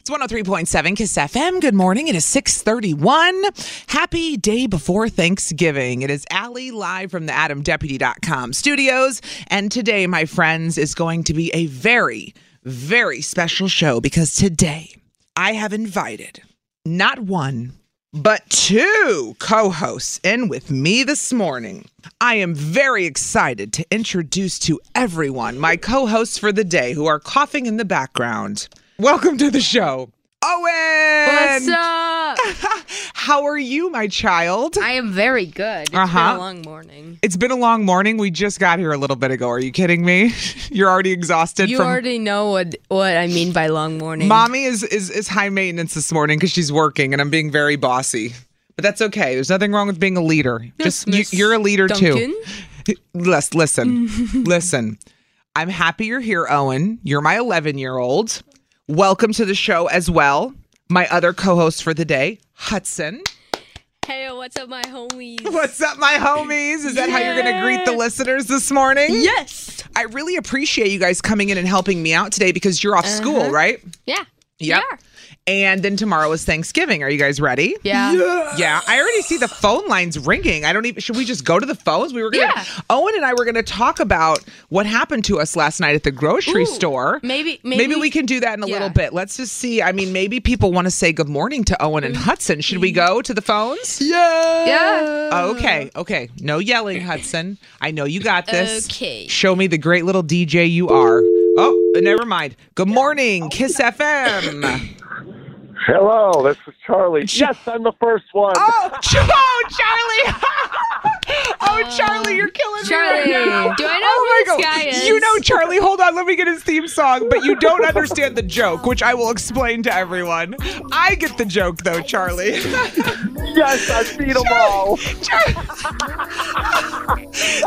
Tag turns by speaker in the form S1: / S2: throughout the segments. S1: It's 103.7 Kiss FM. Good morning. It is 631. Happy day before Thanksgiving. It is Allie live from the AdamDeputy.com studios. And today, my friends, is going to be a very, very special show because today I have invited not one, but two co hosts in with me this morning. I am very excited to introduce to everyone my co hosts for the day who are coughing in the background. Welcome to the show, Owen.
S2: What's up?
S1: How are you, my child?
S2: I am very good. It's
S1: Uh-huh.
S2: been a long morning.
S1: It's been a long morning. We just got here a little bit ago. Are you kidding me? You're already exhausted
S2: You
S1: from
S2: already know what what I mean by long morning.
S1: Mommy is, is is high maintenance this morning because she's working, and I'm being very bossy. But that's okay. There's nothing wrong with being a leader.
S2: Yes,
S1: Just you,
S2: Miss
S1: you're a leader
S2: Duncan.
S1: too. Let's listen, listen. I'm happy you're here, Owen. You're my 11 year old. Welcome to the show as well. My other co-host for the day, Hudson.
S2: Hey, what's up, my homies?
S1: What's up, my homies? Is that how you're going to greet the listeners this morning?
S2: Yes.
S1: I really appreciate you guys coming in and helping me out today because you're off school, right?
S2: Yeah.
S1: Yep. And then tomorrow is Thanksgiving. Are you guys ready?
S2: Yeah.
S1: Yeah, I already see the phone lines ringing. I don't even. Should we just go to the phones? We were gonna.
S2: Yeah.
S1: Owen and I were gonna talk about what happened to us last night at the grocery
S2: Ooh,
S1: store.
S2: maybe-
S1: maybe,
S2: maybe-
S1: we can do that in a little
S2: yeah.
S1: bit. Let's just see. I mean, maybe people want to say good morning to Owen
S2: Mm-hmm.
S1: and Hudson. Should we go to the phones? Yeah.
S2: Yeah.
S1: Okay. Okay. No yelling, Hudson. I know you got this.
S2: Okay.
S1: Show me the great little DJ you are. Oh, never mind. Good morning, Kiss FM.
S3: Hello, this is Charlie. Yes, I'm the first one.
S1: Oh, Ch- oh, Charlie! oh, Charlie, you're killing
S2: Charlie,
S1: me right now.
S2: do I know
S1: oh
S2: who
S1: my
S2: this
S1: God.
S2: guy is?
S1: You know Charlie. Hold on, let me get his theme song. But you don't understand the joke, which I will explain to everyone. I get the joke though, Charlie.
S3: Yes, I beat them all.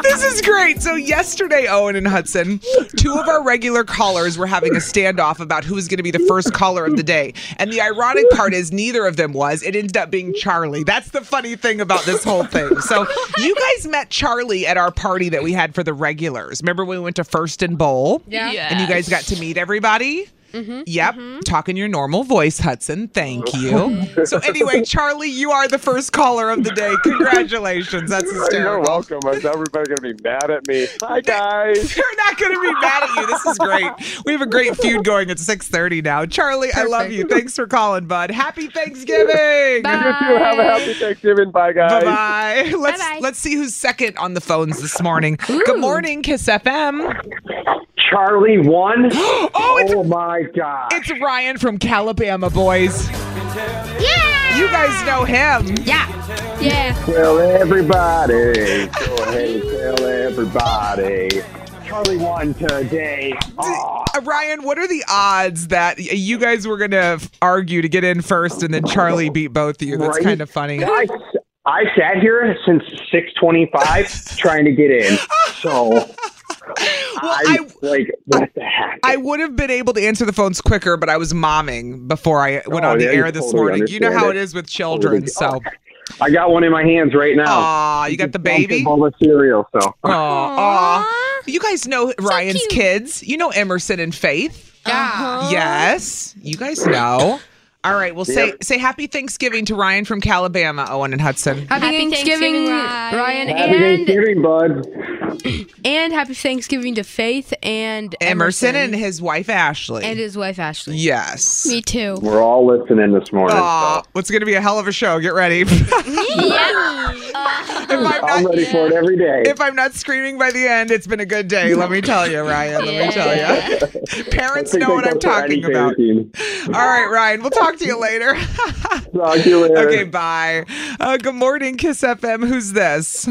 S1: this is great. So yesterday, Owen and Hudson, two of our regular callers were having a standoff about who was going to be the first caller of the day. And the ironic part is neither of them was. It ended up being Charlie. That's the funny thing about this whole thing. So you guys met Charlie at our party that we had for the regulars. Remember when we went to First and Bowl?
S2: Yeah. Yeah.
S1: And you guys got to meet everybody?
S4: Mm-hmm.
S1: Yep. Talk in your normal voice, Hudson. Thank you. so, anyway, Charlie, you are the first caller of the day. Congratulations. That's hysterical.
S3: You're welcome. Is everybody going to be mad at me? Hi, guys.
S1: They're not going to be mad at you. This is great. We have a great feud going at 6:30 now. Charlie, I love you. Thanks for calling, bud. Happy Thanksgiving.
S3: You two have a happy Thanksgiving. Bye, guys.
S1: Bye-bye. Let's
S2: Bye-bye.
S1: let's see who's second on the phones this morning. Good morning, Kiss FM.
S4: Charlie won. oh,
S1: Oh, it's
S4: my God.
S1: it's Ryan from Calabama, boys. Yeah. You guys know him.
S2: Yeah. Yeah.
S4: Tell everybody. Go ahead and tell everybody. Charlie won today. Oh,
S1: Uh, Ryan, what are the odds that y- you guys were going to argue to get in first and then Charlie beat both of you? That's
S4: Right?
S1: kind of funny.
S4: I, I sat here since 625 trying to get in. So I,
S1: I-
S4: like, what the heck?
S1: I would have been able to answer the phones quicker, but I was momming before I went
S4: Oh,
S1: on the
S4: yeah, you
S1: air this
S4: totally
S1: morning. You know
S4: understand
S1: how it
S4: it.
S1: is with children. So,
S4: I got one in my hands right now.
S1: aw, you got the baby.
S4: All the cereal, so.
S1: Aw, aw. You guys know Ryan's
S2: cute.
S4: Uh-huh.
S1: kids. You know Emerson and Faith.
S2: Yeah.
S1: Yes, you guys know. All right. Well, say say happy Thanksgiving to Ryan from Calabama, Owen and Hudson.
S2: Happy, Thanksgiving, Ryan,
S4: Happy
S2: and
S4: Thanksgiving, bud.
S2: and happy Thanksgiving to Faith and
S1: Emerson
S2: Emerson,
S1: and his wife Ashley.
S2: and his wife Ashley.
S1: yes.
S2: Me too.
S4: We're all listening this morning.
S1: Aw, what's going to be a hell of a show? Get ready. if
S4: so
S1: I'm
S4: I'm
S1: not
S4: ready for it every day.
S1: if I'm not screaming by the end, it's been a good day. Let me tell you, Ryan. Let me tell you. Parents know what I'm talking about. All right, Ryan. We'll talk to you later.
S4: Talk to you later.
S1: okay, bye. Uh, good morning, Kiss FM. Who's this?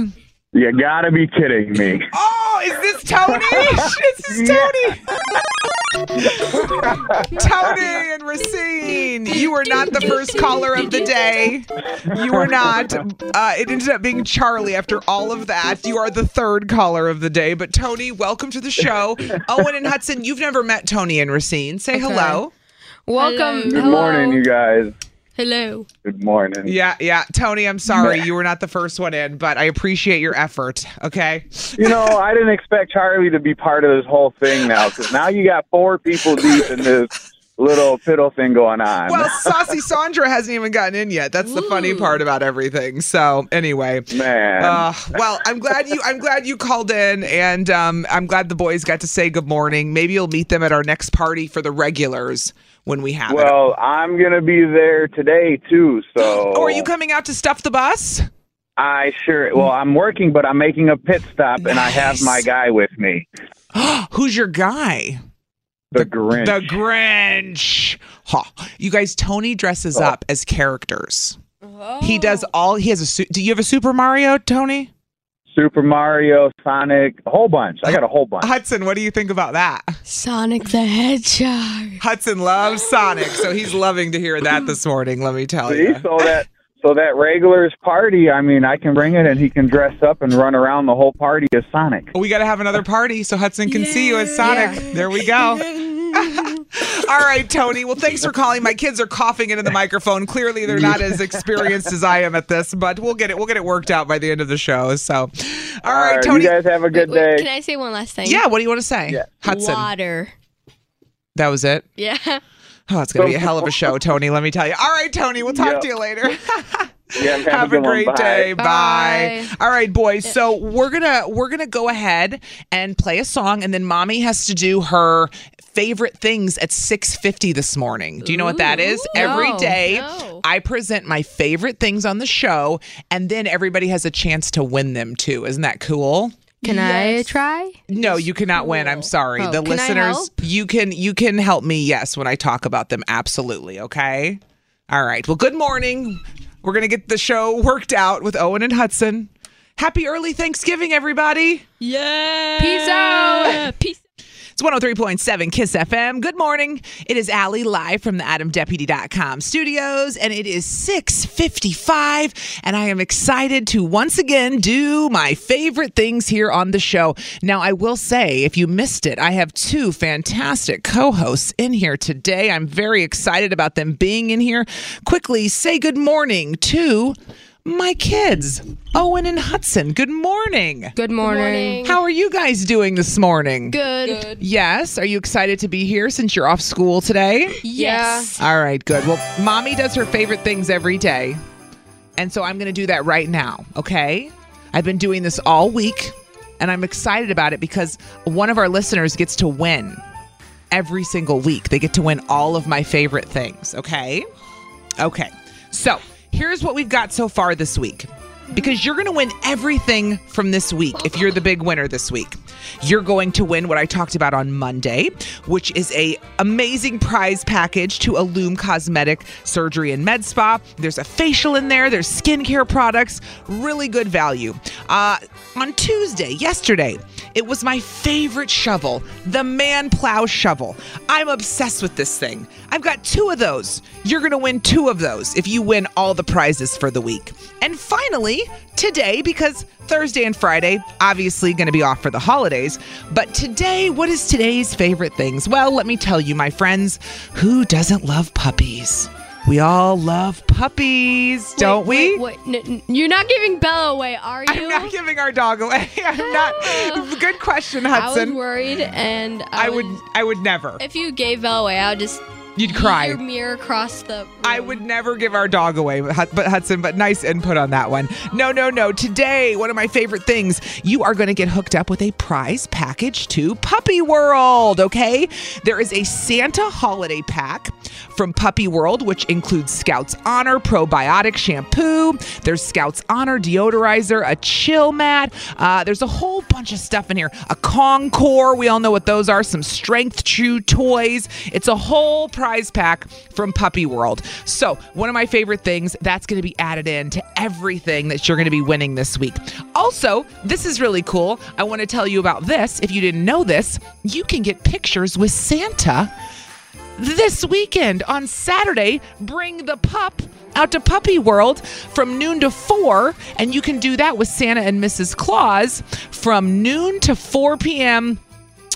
S4: You gotta be kidding me.
S1: Oh, is this Tony? this is Tony. Tony and Racine, you were not the first caller of the day. You were not. Uh, it ended up being Charlie after all of that. You are the third caller of the day. But Tony, welcome to the show. Owen and Hudson, you've never met Tony and Racine. Say hello.
S2: Welcome.
S4: Good
S2: Hello.
S4: morning, you guys.
S2: Hello.
S4: Good morning.
S1: Yeah, yeah. Tony, I'm sorry you were not the first one in, but I appreciate your effort. Okay.
S5: You know, I didn't expect Charlie to be part of this whole thing now because now you got four people deep in this little fiddle thing going on.
S1: Well, Saucy Sandra hasn't even gotten in yet. That's the funny part about everything. So anyway,
S5: Mm. Man.
S1: uh, well, I'm glad you. I'm glad you called in, and um, I'm glad the boys got to say good morning. Maybe you'll meet them at our next party for the regulars when we have it.
S5: well, I'm gonna be there today too. So,
S1: Oh, are you coming out to stuff the bus?
S5: I sure. Well, I'm working, but I'm making a pit stop, and I have my
S1: Nice.
S5: guy with me,
S1: Who's your guy?
S5: the, Grinch.
S1: The Grinch. Ha. You guys, Tony
S5: Oh.
S1: dresses up as characters. He does all. He has a. Su- Do you have a Super Mario, Tony?
S5: Super Mario, Sonic, a whole bunch. I got a whole bunch.
S1: Hudson, what do you think about that?
S2: Sonic the Hedgehog.
S1: Hudson loves Sonic, so he's loving to hear that this morning. Let me tell
S5: See,
S1: you.
S5: so that so that regulars party. I mean, I can bring it, and he can dress up and run around the whole party as Sonic.
S1: We got to have another party so Hudson can see you as Sonic. There we go. All right, Tony. Well, thanks for calling. My kids are coughing into the microphone. Clearly, they're not as experienced as I am at this, but we'll get it. We'll get it worked out by the end of the show. So, all right,
S5: All right,
S1: Tony.
S5: You guys have a good
S2: Wait,
S5: day.
S2: can I say one last thing?
S1: yeah. What do you want to say, Hudson?
S2: Water.
S1: That was it.
S2: Yeah.
S1: Oh, it's gonna be a hell of a show, Tony. Let me tell you. All right, Tony. We'll talk to you later.
S5: Yeah, have,
S1: have
S5: a,
S1: a
S5: good one.
S1: great
S5: Bye.
S1: day bye.
S2: Bye.
S1: all right boys so we're gonna we're gonna go ahead and play a song and then mommy has to do her favorite things at 6.50 this morning do you know what that is
S2: Ooh.
S1: every
S2: No,
S1: day
S2: no.
S1: i present my favorite things on the show and then everybody has a chance to win them too isn't that cool
S2: Can I try?
S1: no, you cannot win. I'm sorry.
S2: Oh,
S1: the
S2: can I
S1: listeners,
S2: help?
S1: you can you can help me. Yes, when I talk about them, absolutely. Okay. All right. Well, good morning. We're gonna get the show worked out with Owen and Hudson. Happy early Thanksgiving, everybody.
S2: Peace out. Peace.
S1: It's 103.7 Kiss FM. Good morning. It is Allie live from the AdamDeputy.com studios, and it is 6.55, and I am excited to once again do my favorite things here on the show. Now, I will say, if you missed it, I have two fantastic co-hosts in here today. I'm very excited about them being in here. Quickly say good morning to my kids, Owen and Hudson. Good morning.
S2: Good morning.
S1: How are you guys doing this morning?
S2: Good.
S1: Yes. Are you excited to be here since you're off school today?
S2: Yes.
S1: All right, good. Well, mommy does her favorite things every day. And so I'm going to do that right now, okay? I've been doing this all week and I'm excited about it because one of our listeners gets to win every single week. They get to win all of my favorite things, okay? Okay. So here's what we've got so far this week. Because you're going to win everything from this week if you're the big winner this week. You're going to win what I talked about on Monday, which is a amazing prize package to Illume Cosmetic Surgery and Med Spa. There's a facial in there, there's skincare products, really good value. Uh, on Tuesday, yesterday, it was my favorite shovel, the Man Plow Shovel. I'm obsessed with this thing. I've got two of those. You're going to win two of those if you win all the prizes for the week. And finally, today, because Thursday and Friday, obviously going to be off for the holidays. But today, what is today's favorite things? Well, let me tell you, my friends, who doesn't love puppies? We all love puppies, don't we?
S2: Wait, wait, n- n- you're not giving Bella away, are you?
S1: I'm not giving our dog away. I'm not. Good question,
S2: I was
S1: Hudson.
S2: worried, and I,
S1: I would. I would never.
S2: If you gave Bella away, I would just
S1: You'd cry.
S2: Your mirror across the.
S1: I would never give our dog away, but Hud- but Hudson, but nice input on that one. No, no, no. Today, one of my favorite things, you are going to get hooked up with a prize package to Puppy World, okay? There is a Santa holiday pack from Puppy World, which includes Scout's Honor probiotic shampoo, there's Scout's Honor deodorizer, a chill mat, uh, there's a whole bunch of stuff in here. A Kong core, we all know what those are, some strength chew toys. It's a whole prize pack from Puppy World. So, one of my favorite things that's going to be added in to everything that you're going to be winning this week. Also, this is really cool. I want to tell you about this. If you didn't know this, you can get pictures with Santa this weekend on Saturday. Bring the pup out to Puppy World from noon to four, and you can do that with Santa and Mrs. Claus from noon to 4 p.m.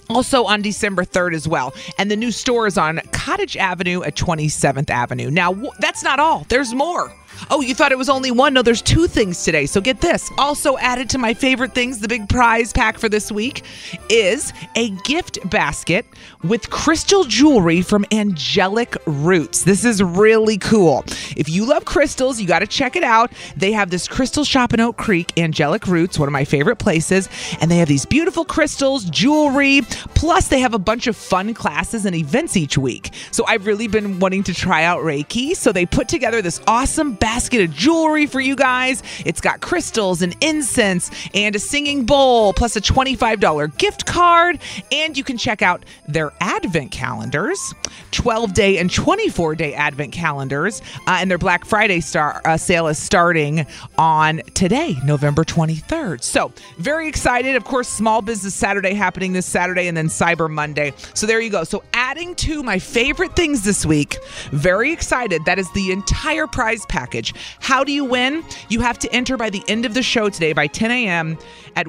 S1: Also on December 3rd as well. And the new store is on Cottage Avenue at 27th Avenue. Now, w- that's not all, there's more. Oh, you thought it was only one? No, there's two things today. So get this. Also added to my favorite things, the big prize pack for this week is a gift basket with crystal jewelry from Angelic Roots. This is really cool. If you love crystals, you got to check it out. They have this crystal shop in Oak Creek, Angelic Roots, one of my favorite places, and they have these beautiful crystals, jewelry, plus they have a bunch of fun classes and events each week. So I've really been wanting to try out Reiki, so they put together this awesome basket of jewelry for you guys. It's got crystals and incense and a singing bowl, plus a $25 gift card. And you can check out their advent calendars 12 day and 24 day advent calendars. Uh, and their Black Friday star, uh, sale is starting on today, November 23rd. So, very excited. Of course, Small Business Saturday happening this Saturday and then Cyber Monday. So, there you go. So, adding to my favorite things this week, very excited. That is the entire prize package. How do you win? You have to enter by the end of the show today by 10 a.m. at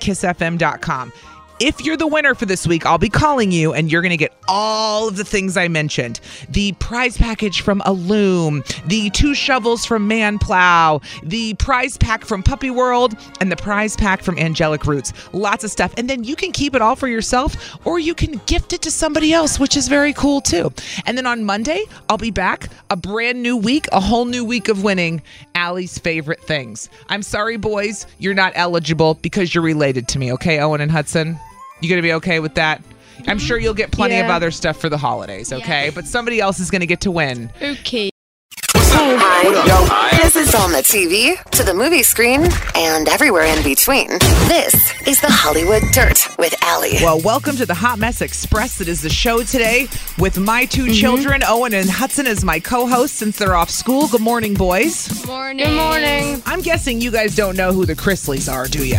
S1: 1037kissfm.com. If you're the winner for this week, I'll be calling you and you're going to get all of the things I mentioned the prize package from Loom, the two shovels from Manplow, the prize pack from Puppy World, and the prize pack from Angelic Roots. Lots of stuff. And then you can keep it all for yourself or you can gift it to somebody else, which is very cool too. And then on Monday, I'll be back a brand new week, a whole new week of winning Allie's favorite things. I'm sorry, boys, you're not eligible because you're related to me, okay, Owen and Hudson? You gonna be okay with that? I'm sure you'll get plenty of
S2: Yeah.
S1: other stuff for the holidays, okay? But somebody else is gonna get to win.
S2: Okay.
S6: Hi. This is on the TV, to the movie screen, and everywhere in between. This is the Hollywood Dirt with Allie.
S1: Well, welcome to the Hot Mess Express. That is the show today with my 2 children, Owen and Hudson, as my co-hosts since they're off school. Good morning, boys.
S2: Morning. Good morning.
S1: I'm guessing you guys don't know who the Chrisleys are, do you?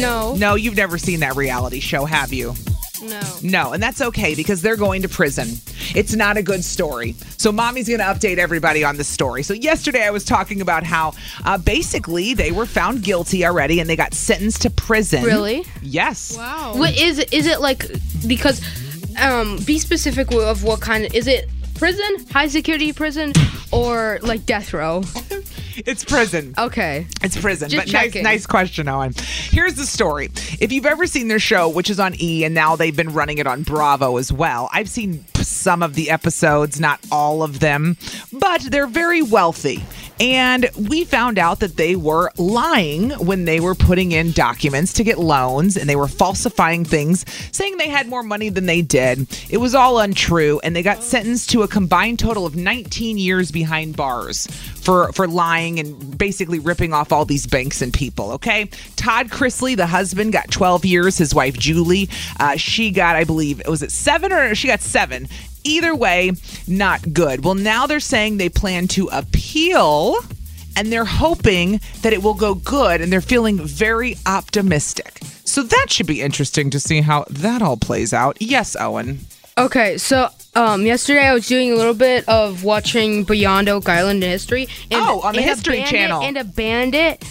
S2: No.
S1: No, you've never seen that reality show, have you?
S2: No.
S1: No, and that's okay because they're going to prison. It's not a good story. So, mommy's going to update everybody on this story. So, yesterday I was talking about how uh, basically they were found guilty already and they got sentenced to prison.
S2: Really?
S1: Yes.
S2: Wow. What is is it like? Because, um, be specific of what kind. Is it prison, high security prison, or like death row?
S1: It's prison.
S2: Okay.
S1: It's prison.
S2: Just
S1: but nice,
S2: checking.
S1: nice question, Owen. Here's the story. If you've ever seen their show, which is on E, and now they've been running it on Bravo as well, I've seen p- some of the episodes, not all of them, but they're very wealthy. And we found out that they were lying when they were putting in documents to get loans and they were falsifying things, saying they had more money than they did. It was all untrue, and they got sentenced to a combined total of 19 years behind bars for for lying and basically ripping off all these banks and people. Okay, Todd Chrisley, the husband, got 12 years. His wife Julie, uh, she got, I believe, was it seven or she got seven. Either way, not good. Well, now they're saying they plan to appeal. And they're hoping that it will go good, and they're feeling very optimistic. So that should be interesting to see how that all plays out. Yes, Owen.
S2: Okay, so um, yesterday I was doing a little bit of watching Beyond Oak Island in history. And,
S1: Oh, on the
S2: and a
S1: History
S2: bandit-
S1: Channel.
S2: And a bandit,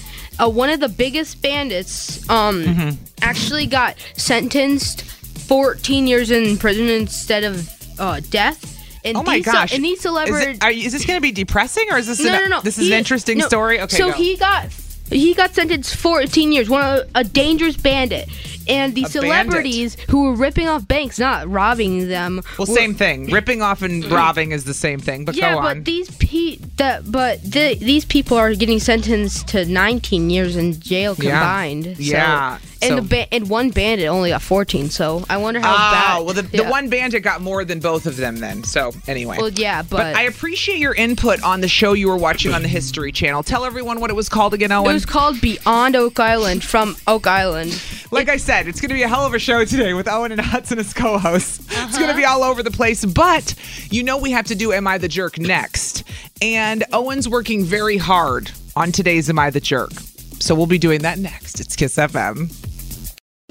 S2: uh, one of the biggest bandits, um,
S1: Mm-hmm.
S2: actually got sentenced 14 years in prison instead of uh, death. And
S1: Oh my
S2: these ce-
S1: gosh!
S2: and these
S1: is,
S2: celebrities.
S1: it- are you- is this going to be depressing or is this
S2: no,
S1: an,
S2: no, no.
S1: this is
S2: He-
S1: an interesting
S2: no.
S1: story? Okay,
S2: so
S1: go.
S2: he got he got sentenced 14 years. One of a dangerous bandit. and the
S1: A bandit.
S2: celebrities who were ripping off banks, not robbing them.
S1: Well,
S2: were-
S1: same thing. Ripping off and robbing is the same thing. But
S2: yeah,
S1: go
S2: but
S1: on.
S2: these pe- that but the, these people are getting sentenced to 19 years in jail
S1: Yeah.
S2: combined. so-
S1: Yeah,
S2: and
S1: so-
S2: the ba- and one bandit only got 14. So I wonder how
S1: Ah,
S2: bad.
S1: well, the, the
S2: yeah.
S1: one bandit got more than both of them then. So anyway.
S2: Well, yeah, but-
S1: I appreciate your input on the show you were watching on the History Channel. Tell everyone what it was called again, Owen.
S2: It was called Beyond Oak Island from Oak Island.
S1: like I said, it's going to be a hell of a show today with Owen and Hudson as co-hosts. It's going to be all over the place, but you know we have to do Am I the Jerk next, and Owen's working very hard on today's Am I the Jerk, so we'll be doing that next. It's Kiss FM.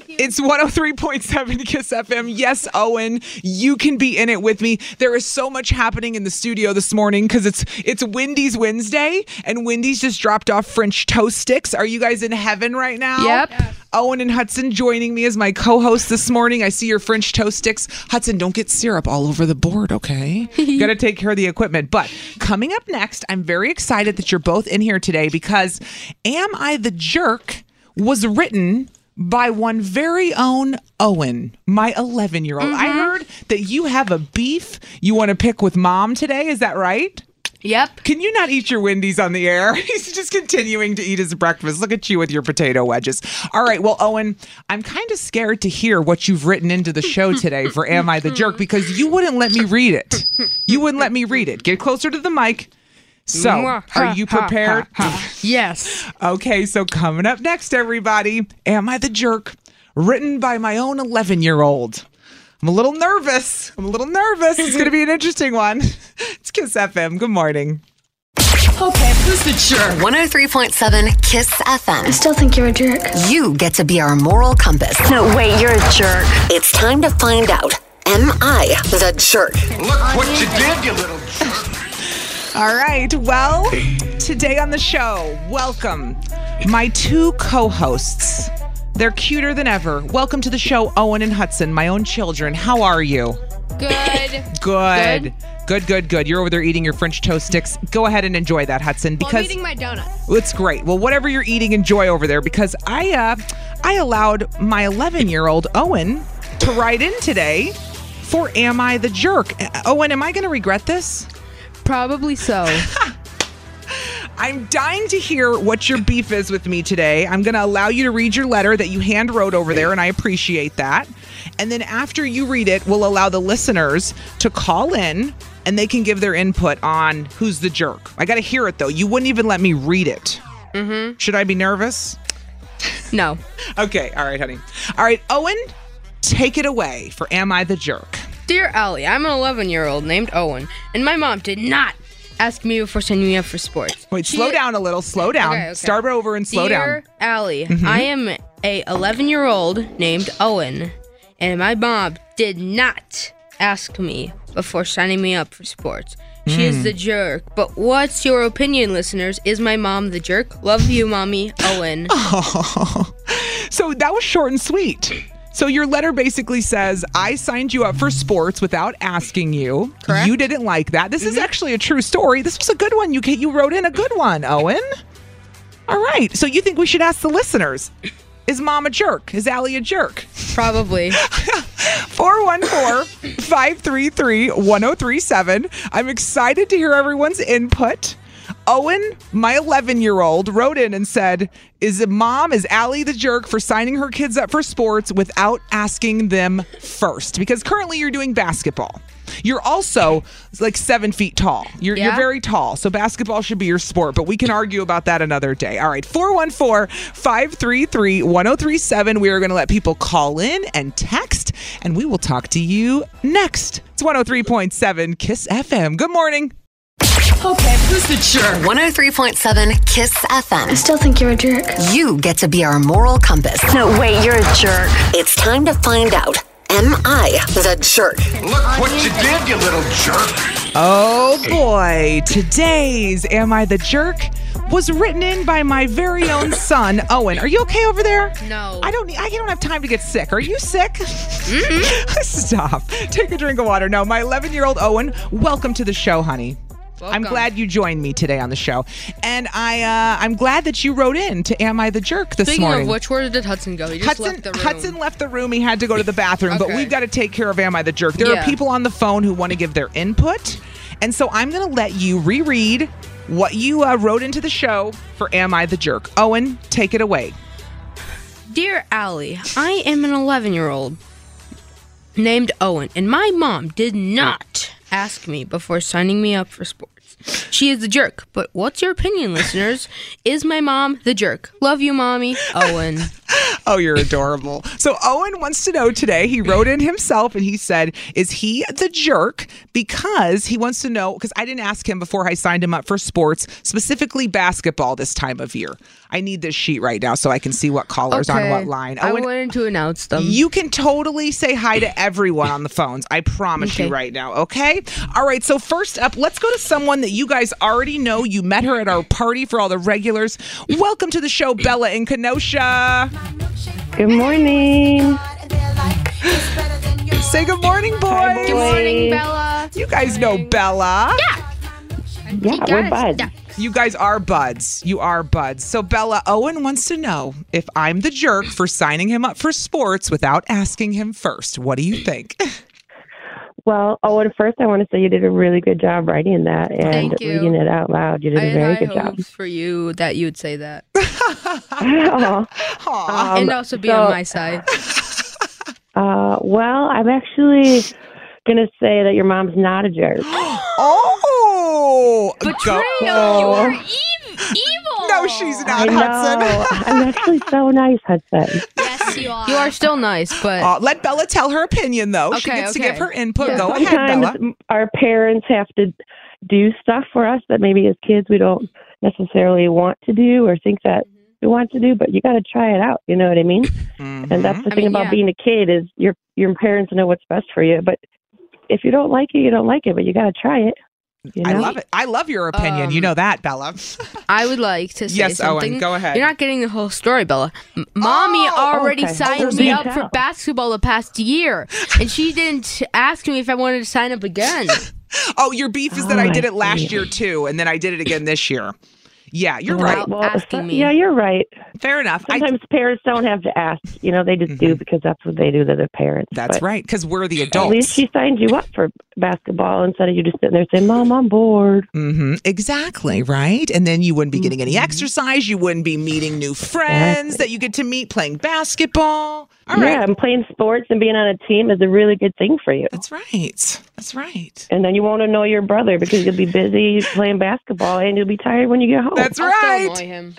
S1: It's 103.7 Kiss FM. Yes, Owen, you can be in it with me. There is so much happening in the studio this morning because it's it's Wendy's Wednesday, and Wendy's just dropped off French toast sticks. Are you guys in heaven right now?
S2: Yep.
S1: Owen and Hudson joining me as my co-host this morning. I see your French toast sticks. Hudson, don't get syrup all over the board, okay? you got to take care of the equipment. But coming up next, I'm very excited that you're both in here today because Am I the Jerk was written by one very own Owen, my 11-year-old. I heard that you have a beef you want to pick with mom today, is that right?
S2: Yep.
S1: Can you not eat your Wendy's on the air? He's just continuing to eat his breakfast. Look at you with your potato wedges. All right. Well, Owen, I'm kind of scared to hear what you've written into the show today for Am I the Jerk because you wouldn't let me read it. You wouldn't let me read it. Get closer to the mic. So,
S2: Mwah.
S1: are
S2: Ha,
S1: you
S2: ha,
S1: prepared?
S2: Yes.
S1: Okay, so coming up next, everybody, Am I the Jerk? Written by my own 11 year old. I'm a little nervous. I'm a little nervous. It's going to be an interesting one. It's Kiss FM. Good morning.
S6: Okay, who's the jerk? 103.7 Kiss FM. I still think you're a jerk. You get to be our moral compass. No, wait, you're a jerk. It's time to find out. Am I the jerk?
S7: Look what you did, you little.
S1: All right. Well, today on the show, welcome my two co hosts. They're cuter than ever. Welcome to the show, Owen and Hudson, my own children. How are you?
S2: Good.
S1: Good. Good, good, good. You're over there eating your French toast sticks. Go ahead and enjoy that, Hudson,
S2: Well, I'm
S1: because
S2: eating my donut.
S1: Well, It's great. Well, whatever you're eating, enjoy over there because I uh, I allowed my 11 year old Owen to write in today for "Am I the Jerk?" Uh, Owen, am I going to regret this?
S2: Probably so.
S1: I'm dying to hear what your beef is with me today. I'm going to allow you to read your letter that you hand wrote over there, and I appreciate that. And then after you read it, we'll allow the listeners to call in and they can give their input on who's the jerk. I got to hear it though. You wouldn't even let me read it. Mm-hmm. Should I be nervous?
S2: No.
S1: okay. All right, honey. All right, Owen, take it away for Am I the Jerk?
S2: Dear Allie, I'm an 11 year old named Owen, and my mom did not ask me before sending me up for sports.
S1: Wait, slow down a little. Slow down.
S2: Okay, okay.
S1: Start over and slow
S2: Dear
S1: down.
S2: Allie,
S1: Mhm.
S2: I am a 11 year old named Owen, and my mom did not ask me before signing me up for sports. She is
S1: Hmm.
S8: Mm.
S2: the jerk. But what's your opinion, listeners? Is my mom the jerk? Love you, mommy, Owen.
S1: Oh, So that was short and sweet. So your letter basically says, I signed you up for sports without asking you. Correct. You didn't like that. This is actually a true story. This was a good one. You ca- you wrote in a good one, Owen. All right. So you think we should ask the listeners. Is mom a jerk? Is Allie a jerk?
S2: Probably.
S1: 414-533-1037. I'm excited to hear everyone's input. Owen, my 11-year-old, wrote in and said, "Is a mom is Allie the jerk for signing her kids up for sports without asking them first? Because currently you're doing basketball. You're also like seven feet tall. You're, you're
S9: Yeah.
S1: very tall, so basketball should be your sport. But we can argue about that another day. All right, 414-533-1037. We are going to let people call in and text, and we will talk to you next. It's 103.7 Kiss FM. Good morning.
S6: Okay, who's the jerk? 103.7 Kiss FM. I still think you're a jerk. You get to be our moral compass. No, wait, you're a jerk. It's time to find out. Am I the jerk?
S7: Look what you did, you little jerk.
S1: Oh boy, today's Am I the Jerk was written in by my very own son, Owen. Are you okay over there?
S2: No.
S1: I don't need, I don't have time to get sick. Are you sick?
S2: Mm-hmm.
S1: Stop. Take a drink of water. No, my 11 year old Owen, welcome to the show, honey. I'm glad you joined me today on the show, and I uh, I'm glad that you wrote in to Am I the Jerk this
S2: Speaking
S1: morning.
S2: of which, where did Hudson go? He just
S1: Hudson,
S2: left the room.
S1: Hudson left the room. He had to go to the bathroom, but
S2: Okay.
S1: we've got to take care of Am I the Jerk. There
S2: Yeah.
S1: are people on the phone who want to give their input. And so I'm going to let you reread what you uh, wrote into the show for Am I the Jerk. Owen, take it away.
S2: Dear Allie, I am an 11 year old named Owen, and my mom did not ask me before signing me up for sports. She is the jerk, but what's your opinion, listeners? Is my mom the jerk? Love you, mommy. Owen.
S1: Oh, you're adorable. So Owen wants to know today. He wrote in himself and he said, "Is he the jerk?" Because he wants to know because I didn't ask him before I signed him up for sports, specifically basketball this time of year. I need this sheet right now so I can see what callers on what line.
S2: I
S1: Owen,
S2: wanted to announce them.
S1: you can totally say hi to everyone on the phones. I promise you
S2: Okay.
S1: right now, okay? All right, so first up, let's go to someone that you guys already know. You met her at our party for all the regulars. Welcome to the show, Bella in Kenosha. Good morning. Say good morning, boys.
S8: Good morning, boys. Bella.
S1: You guys know Bella. Yeah.
S8: Yeah, we're buds.
S1: You guys are buds. You are buds. So Bella Owen wants to know if I'm the jerk for signing him up for sports without asking him first. What do you think?
S8: Well, oh, and first I want to say you did a really good job writing that and
S2: Thank you.
S8: reading it out loud. You did a
S2: I
S8: very
S2: had high
S8: good job.
S2: hopes for you that you would say that.
S8: Aw. Um,
S2: and also be
S8: so-
S2: on my side.
S8: Uh, well, I'm actually gonna say that your mom's not a jerk.
S1: oh,
S8: betrayal!
S2: Evil.
S1: No, she's not,
S8: I know.
S1: Hudson.
S8: I'm actually so nice, Hudson.
S2: you are. still nice, but
S1: Uh, let Bella tell her opinion though. she
S2: Okay,
S1: gets to
S2: okay.
S1: give her input. Go ahead,
S8: Sometimes
S1: Bella.
S8: our parents have to do stuff for us that maybe as kids we don't necessarily want to do or think that
S2: Mm-hmm.
S8: we want to do, but you got to try it out. You know what I mean?
S1: Mm-hmm.
S8: And that's the
S2: I
S8: thing
S2: mean,
S8: about
S2: yeah.
S8: being a kid is your your parents know what's best for you, but if you don't like it, you don't like it, but you got to try it. You know?
S1: I love it. I love your opinion.
S8: Um,
S1: you know that, Bella.
S2: I would like to say
S1: Yes, Owen,
S2: something.
S1: go ahead.
S2: You're not getting the whole story, Bella. M- Mommy already
S1: okay.
S2: signed
S1: Oh,
S2: me
S1: you
S2: up for
S1: tell.
S2: basketball the past year, and she didn't ask me if I wanted to sign up again.
S1: Oh, your beef is that I did it last year too, and then I did it again this year. Yeah, you're right.
S8: asking me. Yeah, you're right.
S1: Fair enough. Mm-hmm.
S8: Sometimes parents don't have to ask. You know, they just do because that's what they do to their parents.
S1: That's
S8: But
S1: right, because we're the
S8: At least
S1: adults.
S8: she signed you up for basketball instead of you just sitting there saying, "Mom, I'm bored."
S1: Mm-hmm. Exactly, right? And then you wouldn't be getting
S8: Mm-hmm.
S1: any exercise. You wouldn't be meeting new friends that you get to meet playing basketball. All
S8: yeah,
S1: right.
S8: and playing sports and being on a team is a really good thing for you.
S1: That's right. That's right.
S8: And then you won't annoy your brother because you'll be busy playing basketball and you'll be tired when you get home.
S1: That's right.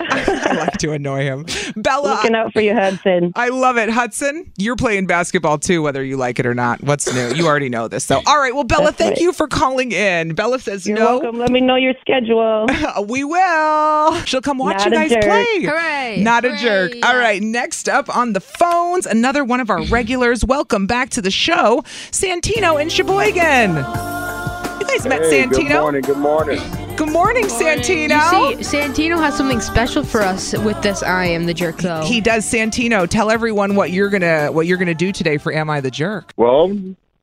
S1: I like to annoy him. Bella.
S8: Looking out for you, Hudson.
S1: I love it, Hudson. You're playing basketball too, whether you like it or not. What's new? You already know this, though. All right. Well, Bella,
S8: That's
S1: thank
S8: right.
S1: you for calling in. Bella says
S8: You're
S1: no.
S8: welcome. Let me know your schedule.
S1: we will. She'll come watch
S8: Not
S1: you
S8: a
S1: guys
S8: jerk.
S1: play.
S8: Hooray.
S1: Not a
S8: Hooray.
S1: jerk. All right. Next up on the phones, another one of our regulars. Welcome back to the show, Santino in Sheboygan. You guys met
S5: Hey,
S1: Santino.
S5: Good morning. Good morning.
S1: Good morning, Santino.
S2: You see, Santino has something special for us with this. I am the jerk, though.
S1: He does. Santino, tell everyone what you're gonna what you're gonna do today for Am I the Jerk?
S9: Well,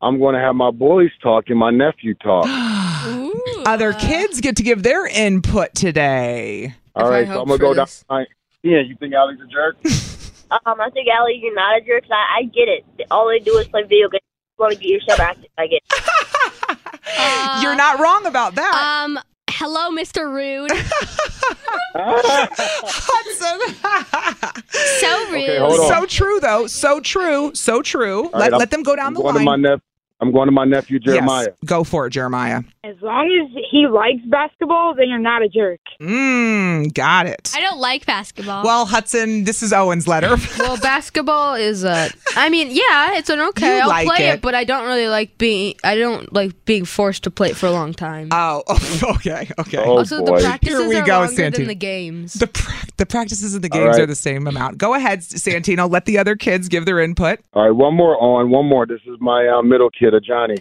S9: I'm going to have my boys talk and my nephew talk.
S1: Other kids get to give their input today.
S9: All right, so I'm going to go down. I, yeah, you think Alex a jerk?
S10: Um, I think Allie, you're not a jerk. 'cause I, I get it. All they do is play video games. You want to get yourself active. I get it.
S1: You're not wrong about that.
S11: Um, hello, Mr. Rude. so rude.
S9: Okay, hold on.
S1: So true, though. So true. So true.
S9: All
S1: let,
S9: right, I'm-
S1: let them go down
S9: I'm
S1: the
S9: going To
S1: line.
S9: my nep- I'm going to my nephew,
S1: Yes.
S9: Jeremiah.
S1: Go for it, Jeremiah.
S12: As long as he likes basketball, then you're not a jerk.
S1: Mm, got it.
S11: I don't like basketball.
S1: Well, Hudson, this is Owen's letter.
S2: well, basketball is uh, I mean, yeah, it's an okay.
S1: You
S2: I'll
S1: like
S2: play it.
S1: it.
S2: but I don't really like being. I don't like being forced to play it for a long time.
S1: Oh, okay, okay.
S9: Oh,
S2: also, the practices
S1: Here we
S2: are
S1: go,
S2: longer
S1: Santino.
S2: than the games.
S1: The, pra- the practices and the
S9: All
S1: games
S9: right.
S1: are the same amount. Go ahead, Santino. Let the other kids give their input.
S9: All right, one more on, one more. This is my uh, middle kid, a Johnny.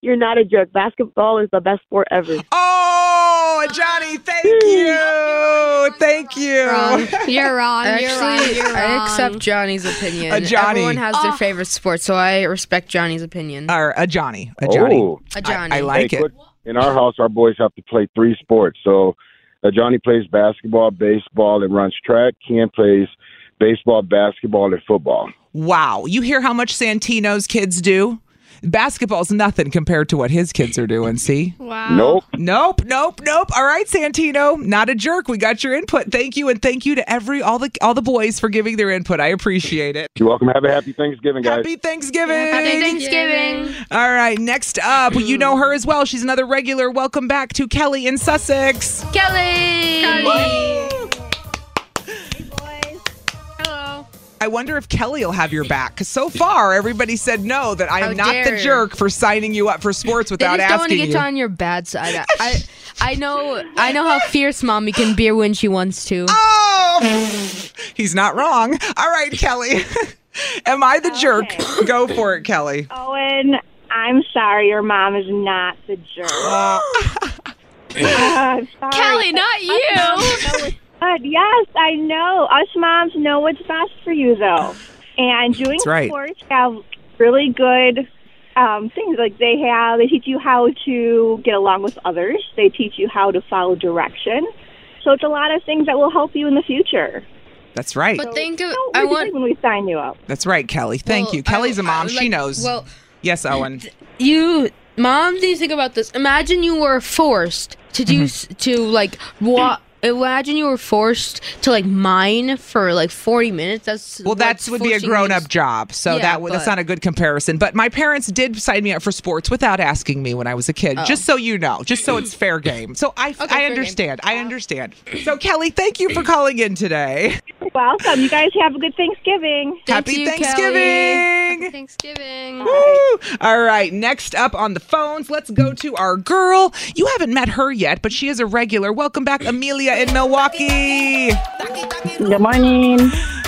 S10: You're not a jerk. Basketball is the best sport ever.
S1: Oh, Johnny, thank you. Thank you.
S11: You're wrong.
S2: Actually,
S11: You're wrong. You're wrong. Oh.
S2: I accept Johnny's opinion.
S1: A Johnny.
S2: Everyone has their favorite sport, so I respect Johnny's opinion.
S1: Or a Johnny. A Johnny.
S2: A Johnny.
S1: I, I like
S9: Oh. Hey,
S1: it.
S9: quick- in our house, our boys have to play three sports. So uh, Johnny plays basketball, baseball, and runs track. Ken plays baseball, basketball, and football.
S1: Wow. You hear how much Santino's kids do? Basketball's nothing compared to what his kids are doing, see?
S11: Wow.
S9: Nope.
S1: Nope, nope, nope. All right, Santino, not a jerk. We got your input. Thank you and thank you to every all the all the boys for giving their input. I appreciate it.
S9: You're welcome. Have a happy Thanksgiving, guys.
S1: Happy Thanksgiving.
S11: Happy Thanksgiving.
S1: All right, next up, you know her as well. She's another regular. Welcome back to Kelly in Sussex.
S11: Kelly.
S1: I wonder if Kelly will have your back because so far everybody said no that I am
S2: How
S1: not
S2: dare.
S1: the jerk for signing you up for sports
S2: They
S1: without
S2: just don't want to
S1: asking
S2: get
S1: you.
S2: on your bad side. I, I, I know, I know how fierce mommy can be when she wants to.
S1: Oh, he's not wrong. All right, Kelly. Am I the jerk? Go for it, Kelly.
S12: Owen, I'm sorry, your mom is not the jerk. Ah, sorry.
S11: Kelly, not you.
S12: Us moms know what's good. Yes, I know. Us moms know what's best for you, though. And doing
S1: That's right.
S12: sports have really good um, things. Like they have, they teach you how to get along with others. They teach you how to follow direction. So it's a lot of things that will help you in the future.
S1: That's right.
S12: So
S2: think of,
S12: I want when we sign you up.
S1: That's right, Kelly. Thank
S2: Well,
S1: you. Kelly's a
S2: I-
S1: mom.
S2: I-
S1: she
S2: like-
S1: knows.
S2: well-
S1: yes, Owen.
S2: you mom do you think about this imagine you were forced to do s
S1: Mm-hmm.
S2: to like wa- imagine you were forced to like mine for like 40 minutes that's
S1: Well, that would be a grown-up job, so
S2: Yeah,
S1: that w- that's
S2: but-
S1: not a good comparison. But my parents did sign me up for sports without asking me when I was a kid,
S2: Oh.
S1: just so you know, just so it's fair game. So I, I understand, I understand. So Kelly, thank you for calling in today.
S12: You're welcome. You guys have a good Thanksgiving.
S1: Happy Thanksgiving.
S2: Thanksgiving.
S1: Woo! All right, next up on the phones, let's go to our girl. You haven't met her yet, but she is a regular. Welcome back, Amelia in Milwaukee.
S13: Good morning.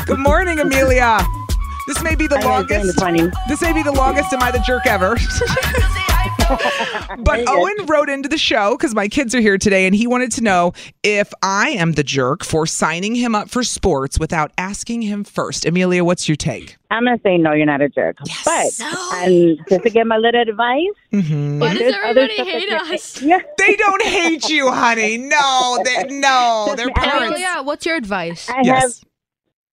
S1: Good morning, Amelia. This may be the
S13: I know, it's
S1: longest.
S13: kind of funny.
S1: This may be the longest "Am I the Jerk" ever. but Owen wrote into the show because my kids are here today, and he wanted to know if I am the jerk for signing him up for sports without asking him first. Amelia, what's your take?
S13: I'm gonna say no, you're not a jerk. But and just to give my little advice.
S1: Mm-hmm.
S13: if there's other stuff that you're- Yeah.
S1: They don't hate you, honey. No, they, no, their parents.
S2: yeah what's your advice
S13: I have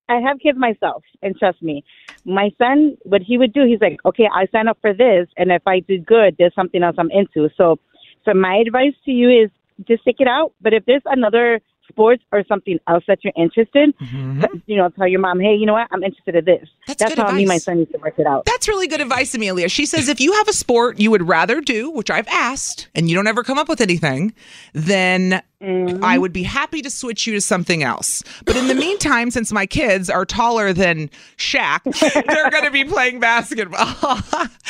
S13: I have kids myself, and trust me, my son. What he would do, he's like, okay, I sign up for this, and if I do good, there's something else I'm into. So, so my advice to you is just stick it out. But if there's another sports or something else that you're interested, t- you know, tell your mom, hey, you know what, I'm interested in this. That's,
S1: good
S13: how me and my
S1: advice.
S13: son used to work it out.
S1: That's really good advice, Amelia. She says if you have a sport you would rather do, which I've asked, and you don't ever come up with anything, then I would be happy to switch you to something else. But in the meantime, since my kids are taller than Shaq, they're going to be playing basketball.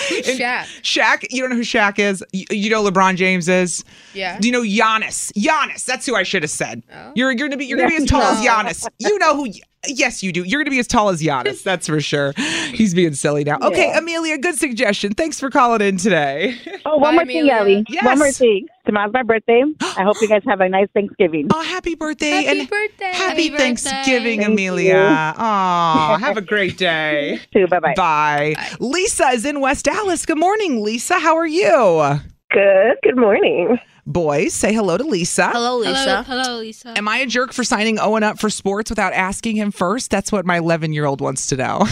S1: And
S2: Shaq?
S1: Shaq, you don't know who Shaq is? You, you know who LeBron James is?
S2: Yeah. Oh.
S1: Do you know Giannis? Giannis, that's who I should have said. You're, you're going to be you're going to be as tall as
S2: No.
S1: Giannis. You know who Yes, you do. You're going to be as tall as Giannis. That's for sure. He's being silly now. Okay,
S13: Yeah.
S1: Amelia, good suggestion. Thanks for calling in today.
S13: Oh,
S2: Bye,
S13: one more thing,
S2: Amelia.
S13: Ellie.
S1: Yes.
S13: One more thing. Tomorrow's my birthday. I hope you guys have a nice Thanksgiving.
S1: Oh, happy birthday
S2: happy
S1: and
S2: birthday
S1: happy Thanksgiving,
S13: Thank
S1: Amelia. Aw, have a great day.
S13: Too. Bye bye.
S1: Bye. Lisa is in West Dallas. Good morning, Lisa. How are you?
S14: Good. Good morning.
S1: Boys, Oh. say hello to Lisa.
S2: Ah, hello lisa
S1: Hello, Lisa. Am I a jerk for signing Owen up for sports without asking him first? That's what my 11 year old wants to know.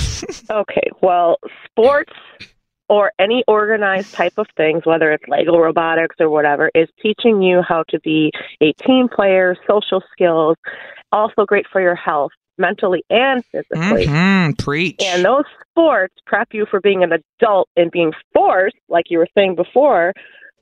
S14: Okay. Well, sports or any organized type of things, whether it's Lego robotics or whatever, is teaching you how to be a team player, social skills, also great for your health, mentally and physically.
S1: Mhm, Preach.
S14: And those sports prep you for being an adult and being forced, like you were saying before,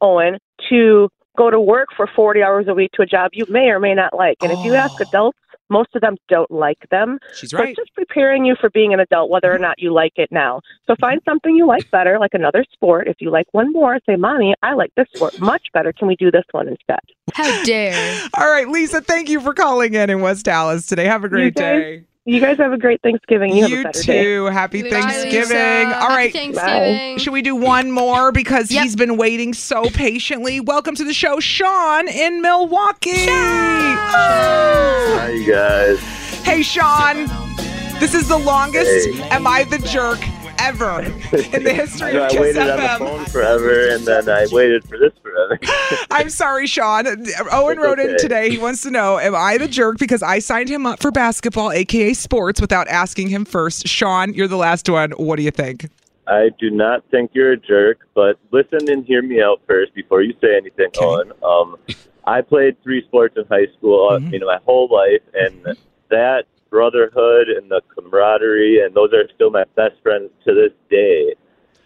S14: Owen, to go to work for 40 hours a week to a job you may or may not like. And if you ask adults, most of them don't like them.
S1: Oh. She's
S14: So
S1: right. Mm-hmm.
S14: it's just preparing you for being an adult, whether or not you like it now. So find something you like better, like another sport. If you like one more, say, Mommy, I like this sport much better. Can we do this one instead?
S2: how dare
S1: All right, Lisa, thank you for calling in in West Dallas today. Have a great
S14: guys-
S1: day.
S14: You guys have a great Thanksgiving. You, have a better day.
S1: too. Happy
S2: Bye,
S1: Thanksgiving.
S2: Lisa.
S1: All
S2: Happy
S1: right.
S2: Thanksgiving.
S1: Should we do one more because he's been waiting so patiently? Welcome to the show, Sean in Milwaukee. Oh!
S15: Hi, you guys.
S1: Hey, Sean. This is the longest Am I the Jerk ever in the history of
S15: I
S1: Kiss
S15: waited on the
S1: FM.
S15: phone forever, and then I waited for this forever.
S1: I'm sorry, Sean. Owen wrote in
S15: okay.
S1: today. He wants to know Am I the jerk because I signed him up for basketball, AKA sports, without asking him first? Sean, you're the last one. What do you think?
S15: I do not think you're a jerk, but listen and hear me out first before you say anything, Owen. Um, I played three sports in high school, uh
S1: Mm-hmm.
S15: you know, my whole life, and that brotherhood and the camaraderie, and those are still my best friends to this day.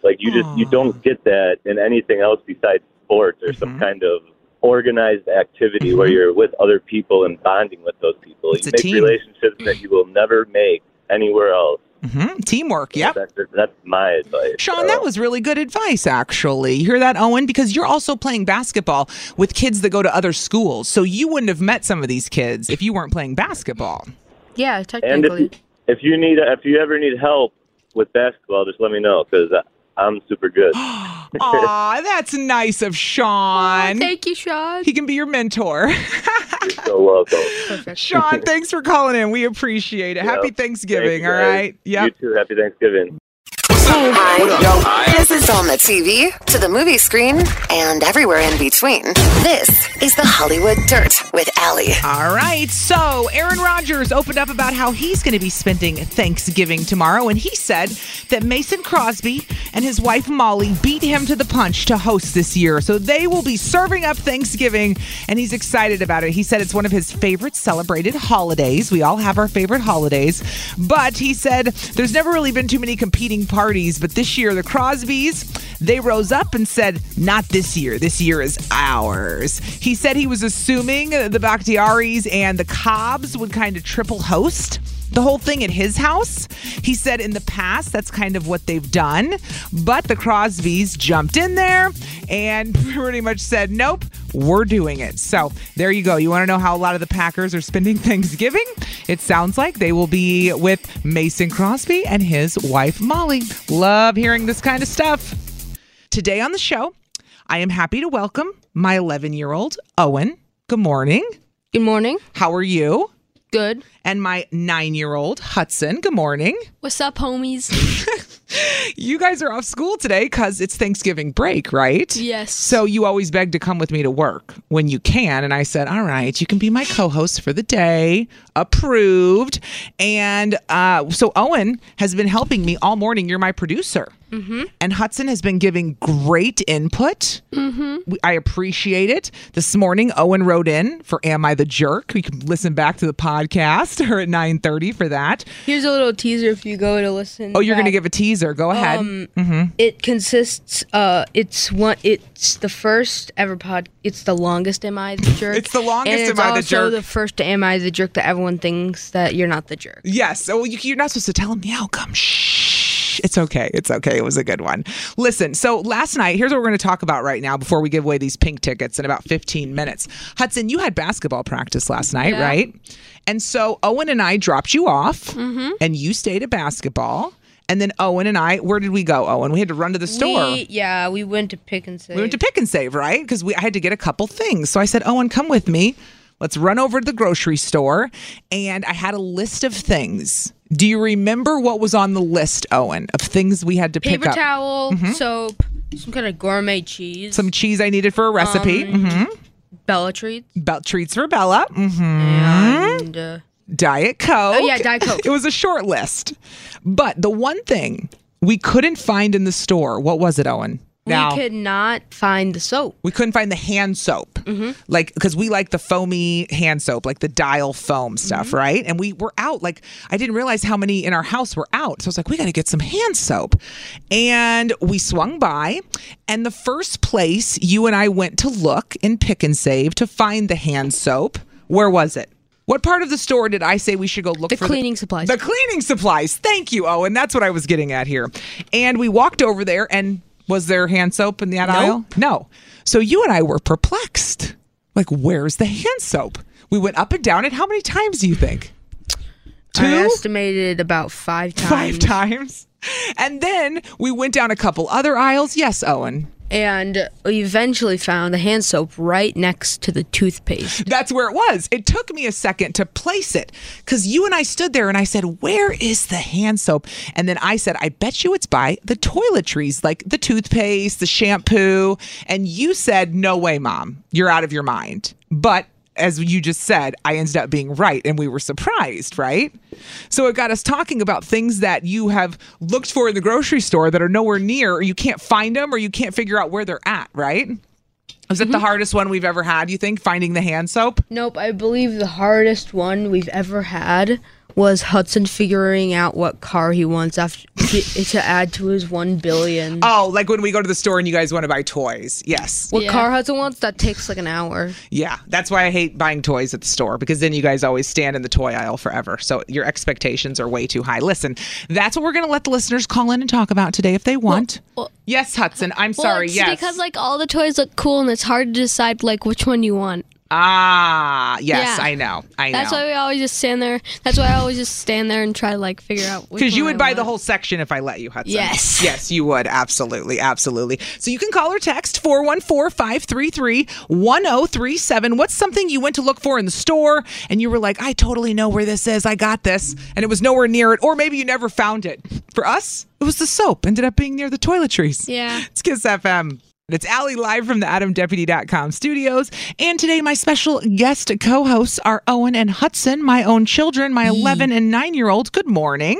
S15: Like you just you don't get that in anything else besides sports or
S1: Mm-hmm.
S15: some kind of organized activity where you're with other people and bonding with those people.
S1: It's
S15: you
S1: a
S15: make
S1: team.
S15: relationships that you will never make anywhere else.
S1: hmm Teamwork, yep.
S15: That's, that's my advice.
S1: Sean, that was really good advice, actually. You hear that, Owen? Because you're also playing basketball with kids that go to other schools. So you wouldn't have met some of these kids if you weren't playing basketball.
S2: Yeah,
S15: And if
S2: technically.
S15: you, if you need if you ever need help with basketball, just let me know because I'm super good.
S1: Aw, that's nice of Sean.
S2: thank you, Sean.
S1: He can be your mentor.
S15: You're so welcome.
S1: Sean, thanks for calling in. We appreciate it. Happy
S15: Yep. Thank
S1: Thanksgiving,
S15: you,
S1: all
S15: guys.
S1: right? Yep.
S15: You too. Happy Thanksgiving.
S6: Hi.
S15: What up? Yo. Hi.
S6: This is on the TV, to the movie screen, and everywhere in between. This is the Hollywood Dirt with Allie.
S1: All right. So Aaron Rodgers opened up about how he's going to be spending Thanksgiving tomorrow, and he said that Mason Crosby and his wife Molly beat him to the punch to host this year. So they will be serving up Thanksgiving, and he's excited about it. He said it's one of his favorite celebrated holidays. We all have our favorite holidays, but he said there's never really been too many competing parties. But this year, the Crosbys they rose up and said, "Not this year. This year is ours." He said he was assuming the Bakhtiaris and the Cobbs would kind of triple host the whole thing at his house. He said in the past that's kind of what they've done, but the Crosbys jumped in there and pretty much said, "Nope, we're doing it." So, there you go. You want to know how a lot of the Packers are spending Thanksgiving? It sounds like they will be with Mason Crosby and his wife Molly. Love hearing this kind of stuff. Today on the show, I am happy to welcome my 11 year old Owen. Good morning.
S2: Good morning.
S1: How are you?
S2: Good.
S1: And my nine year old Hudson. Good morning.
S11: What's up, homies?
S1: You guys are off school today because it's Thanksgiving break, right?
S11: Yes.
S1: So you always beg to come with me to work when you can. And I said, all right, you can be my co host for the day. Approved. And uh, so Owen has been helping me all morning. You're my producer.
S11: mm-hmm.
S1: And Hudson has been giving great input.
S11: Mhm.
S1: We- I appreciate it. This morning, Owen wrote in for "Am I the Jerk?" We can listen back to the podcast or at nine thirty for that.
S2: Here's a little teaser if you go to listen.
S1: Oh, you're
S2: back.
S1: going to give a teaser. Go ahead.
S2: Um,
S1: hmm
S2: It consists. Uh, it's one. It's the first ever pod. It's the longest. Am I the jerk? it's the
S1: longest
S2: And it's
S1: Am I the
S2: also
S1: Jerk.
S2: the first. Am I the jerk that everyone thinks that you're not the jerk?
S1: Yes. So you, you're not supposed to tell him the outcome. Shh. It's okay. It's okay. It was a good one. Listen, so last night, here's what we're going to talk about right now before we give away these pink tickets in about 15 minutes. Hudson, you had basketball practice last night,
S11: Yeah.
S1: right? And so Owen and I dropped you off
S2: Mm-hmm.
S11: Mhm.
S1: and you stayed at basketball. And then Owen and I, where did we go, Owen? We had to run to the store.
S2: We, yeah, we went to pick and save.
S1: We went to pick and save, right? Because we I had to get a couple things. So I said, Owen, come with me. Let's run over to the grocery store. And I had a list of things. Do you remember what was on the list, Owen, of things we had to pick
S2: paper
S1: up?
S2: towel,
S1: Mhm.
S2: soap, some kind of gourmet cheese,
S1: Some cheese I needed for a recipe.
S2: Um,
S1: mm-hmm.
S2: Bella treats,
S1: Belt treats for Bella. hmm
S2: and uh,
S1: Diet Coke.
S2: Oh, yeah, Diet Coke.
S1: it was a short list. But the one thing we couldn't find in the store, what was it, Owen? Now-
S2: we could not find the soap.
S1: We couldn't find the hand soap. Like, because we like the foamy hand soap, like the dial foam stuff, right? And we were out. Like, I didn't realize how many in our house were out. So I was like, we got to get some hand soap. And we swung by. And the first place you and I went to look in Pick and Save to find the hand soap, where was it? What part of the store did I say we should go look
S2: The
S1: for
S2: cleaning supplies.
S1: The cleaning supplies. Thank you, Owen. That's what I was getting at here. And we walked over there, and was there hand soap in that aisle? No. So you and I were perplexed. Like, where's the hand soap? We went up and down it. How many times do you think?
S2: I estimated about five times.
S1: Five times. And then we went down a couple other aisles. Yes, Owen.
S2: and we eventually found the hand soap right next to the toothpaste.
S1: That's where it was. It took me a second to place it because you and I stood there and I said, Where is the hand soap? And then I said, I bet you it's by the toiletries, like the toothpaste, the shampoo. And you said, No way, mom, you're out of your mind. But as you just said, I ended up being right and we were surprised, right? So it got us talking about things that you have looked for in the grocery store that are nowhere near, or you can't find them, or you can't figure out where they're at, right? Is it the
S11: Mm-hmm.
S1: hardest one we've ever had, you think, finding the hand soap?
S2: Nope, I believe the hardest one we've ever had was Hudson figuring out what car he wants after to, to add to his one
S11: Mm.
S2: billion.
S1: Oh, like when we go to the store and you guys want to buy toys. Yes.
S2: What car Hudson wants that takes like an hour.
S1: Yeah, that's why I hate buying toys at the store because then you guys always stand in the toy aisle forever. So your expectations are way too high. Listen, that's what we're going to let the listeners call in and talk about today if they want. yes, Hudson. I'm
S11: Well,
S1: sorry.
S11: it's
S1: Yes.
S11: because like all the toys look cool and it's hard to decide like which one you want.
S1: ah, yes,
S11: Yeah.
S1: I know. I
S11: That's
S1: know.
S11: why we always just stand there. That's why I always just stand there and try to like figure out. which
S1: Because you
S11: one
S1: would
S11: I
S1: buy the
S11: want.
S1: whole section if I let you, Hudson.
S11: Yes.
S1: Yes, you would. Absolutely. Absolutely. So you can call or text 414 533 1037. What's something you went to look for in the store and you were like, I totally know where this is. I got this. And it was nowhere near it. Or maybe you never found it. For us, it was the soap. Ended up being near the toiletries.
S11: Yeah.
S1: It's Kiss FM. It's Allie live from the AdamDeputy.com studios. And today, my special guest co hosts are Owen and Hudson, my own children, my 11 and 9 year olds. Good morning.